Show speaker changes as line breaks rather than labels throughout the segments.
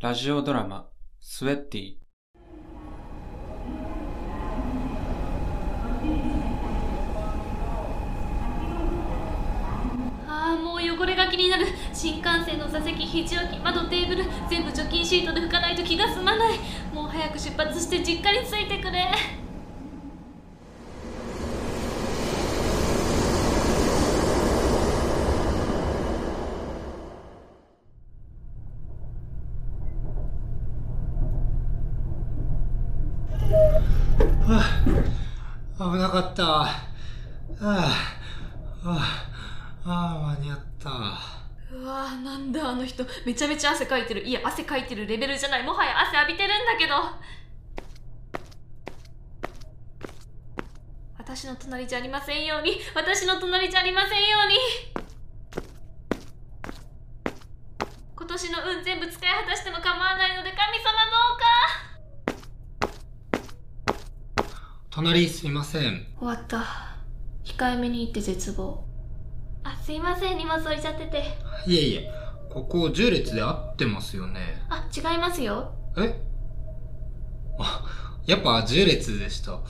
ラジオドラマ、スウェッティ。
ああもう汚れが気になる新幹線の座席肘置き窓テーブル全部除菌シートで拭かないと気が済まないもう早く出発して実家に着いてくれ
危なかった。はあ、はあ、はあ、間に合った。
うわーなんだあの人めちゃめちゃ汗かいてるいや汗かいてるレベルじゃないもはや汗浴びてるんだけど私の隣じゃありませんように私の隣じゃありませんように今年の運全部使い果たしても構わないので神様どうか
隣すいません。
終わった控えめに言って絶望あすいません荷物置いちゃってて
いえいえ、ここ10列で合ってますよね。
あ違いますよ
えあ、やっぱ10列でした。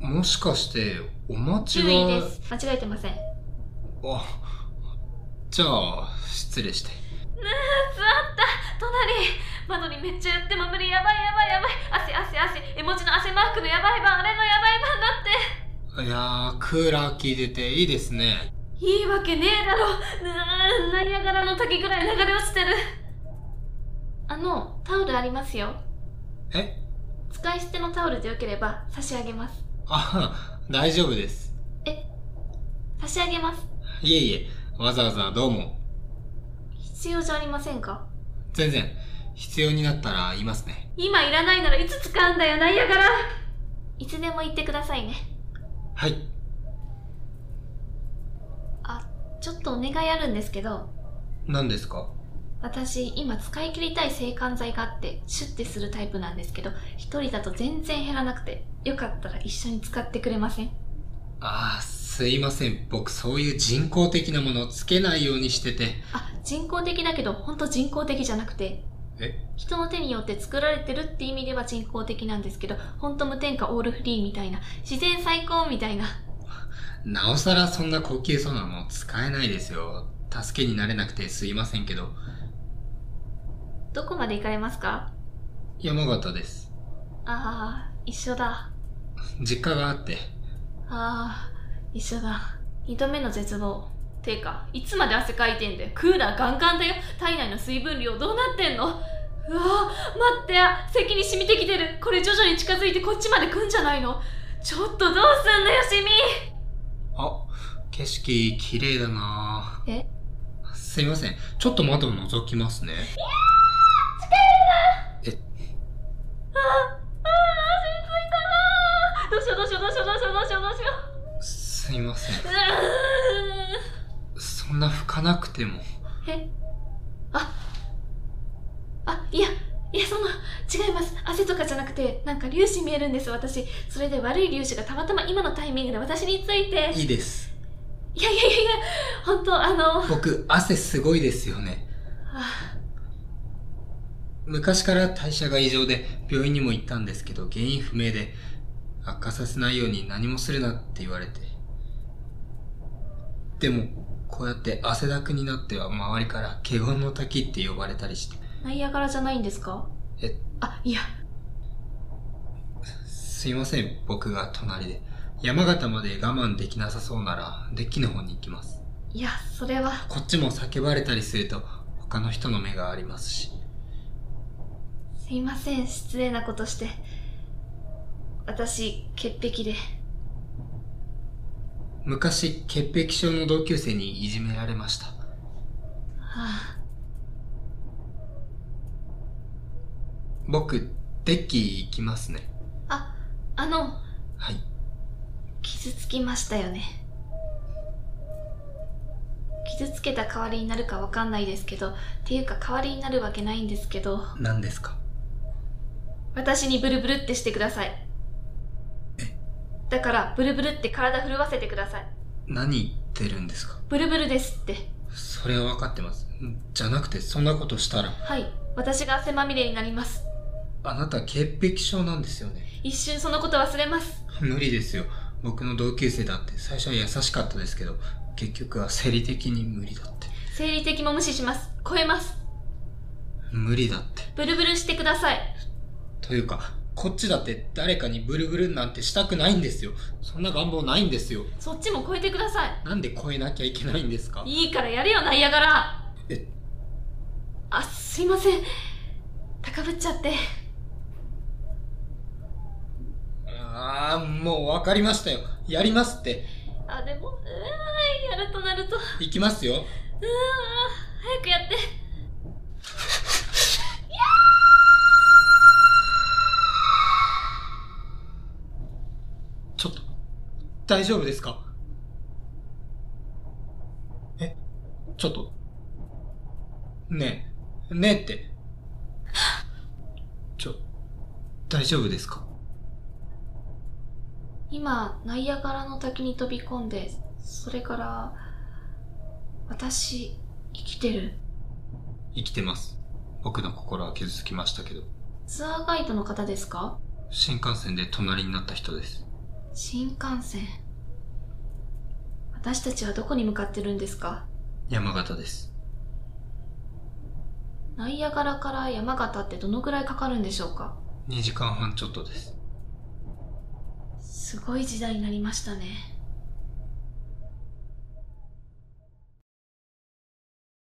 もしかして、お待ち
注
は
意です間違えてません座っ
あ、じゃあ、失礼して。
た隣窓にめっちゃやっても無理やばいやばいやばい汗汗汗絵文字の汗マークのやばい版あれのやばい版だって
いやー、クーラー効いてていいですね。
いいわけねえだろうーんナイアガラの滝ぐらい流れ落ちてるあのタオルありますよ
え
使い捨てのタオルでよければ差し上げます
あ、大丈夫です。
差し上げます
いえいえ、わざわざどうも。
必要じゃありませんか
全然必要になったら言いますね
今いらないならいつ使うんだよナイアガラいつでも言ってくださいね
はい
ちょっとお願いあるんですけど
何ですか
私今使い切りたい制汗剤があってシュッてするタイプなんですけど一人だと全然減らなくてよかったら一緒に使ってくれません
ああすいません僕そういう人工的なものつけないようにしてて
あ人工的だけど本当人工的じゃなくて
え
人の手によって作られてるって意味では人工的なんですけど本当無添加オールフリーみたいな自然最高みたいな
なおさらそんな高級そうなもの使えないですよ助けになれなくてすいませんけど
どこまで行かれますか
山形です
ああ一緒だ
実家があって
ああ一緒だ2度目の絶望てかいつまで汗かいてんだよクーラーガンガンだよ体内の水分量どうなってんのうわー待ってや咳に染みてきてるこれ徐々に近づいてこっちまで来んじゃないのちょっとどうすんだよシミ
あ景色綺麗だな
え
すいませんちょっと窓覗きますね
ああ足についたなーどうしようどうしようどうしようどうしようどうしようどうしよ
すいません
うう
そんな拭かなくても
ーんえああいやいやその違います汗とかじゃなくてなんか粒子見えるんです私それで悪い粒子がたまたま今のタイミングで私について
いいです
いやいやいやいや本当あのあ
僕汗すごいですよね昔から代謝が異常で病院にも行ったんですけど原因不明で悪化させないように何もするなって言われてでもこうやって汗だくになっては周りから「華厳の滝」って呼ばれたりして
ナイアガラじゃないんですか
え
あいや
すいません僕が隣で山形まで我慢できなさそうならデッキの方に行きます
いやそれは
こっちも叫ばれたりすると他の人の目がありますし
すいません失礼なことして私潔癖で
昔潔癖症の同級生にいじめられました
はあ
僕デッキ行きますね
あの
はい
傷つきましたよね傷つけた代わりになるかわかんないですけどっていうか代わりになるわけないんですけど
何ですか
私にブルブルってしてくださいだからブルブルって体震わせてください
何言ってるんですか
ブルブルですって
それは分かってますじゃなくてそんなことしたら
はい私が汗まみれになります
あなた潔癖症なんですよね
一瞬そのこと忘れます
無理ですよ僕の同級生だって最初は優しかったですけど結局は生理的に無理だって
生理的も無視します超えます
無理だって
ブルブルしてください
というかこっちだって誰かにブルブルなんてしたくないんですよそんな願望ないんですよ
そっちも超えてください
なんで超えなきゃいけないんですか
いいからやれよナイアガラ
え
あすいません高ぶっちゃって
ああもう分かりましたよやりますって
あでもうーんやるとなるとうーん
行きますよ
早くやって
ちょっと大丈夫ですかえちょっとねえねえってちょ大丈夫ですか
今ナイアガラの滝に飛び込んでそれから私生きてる
生きてます僕の心は傷つきましたけど
ツアーガイドの方ですか
新幹線で隣になった人です
新幹線私たちはどこに向かってるんですか
山形です
ナイアガラから山形ってどのくらいかかるんでしょうか
2時間半ちょっとです
すごい時代になりましたね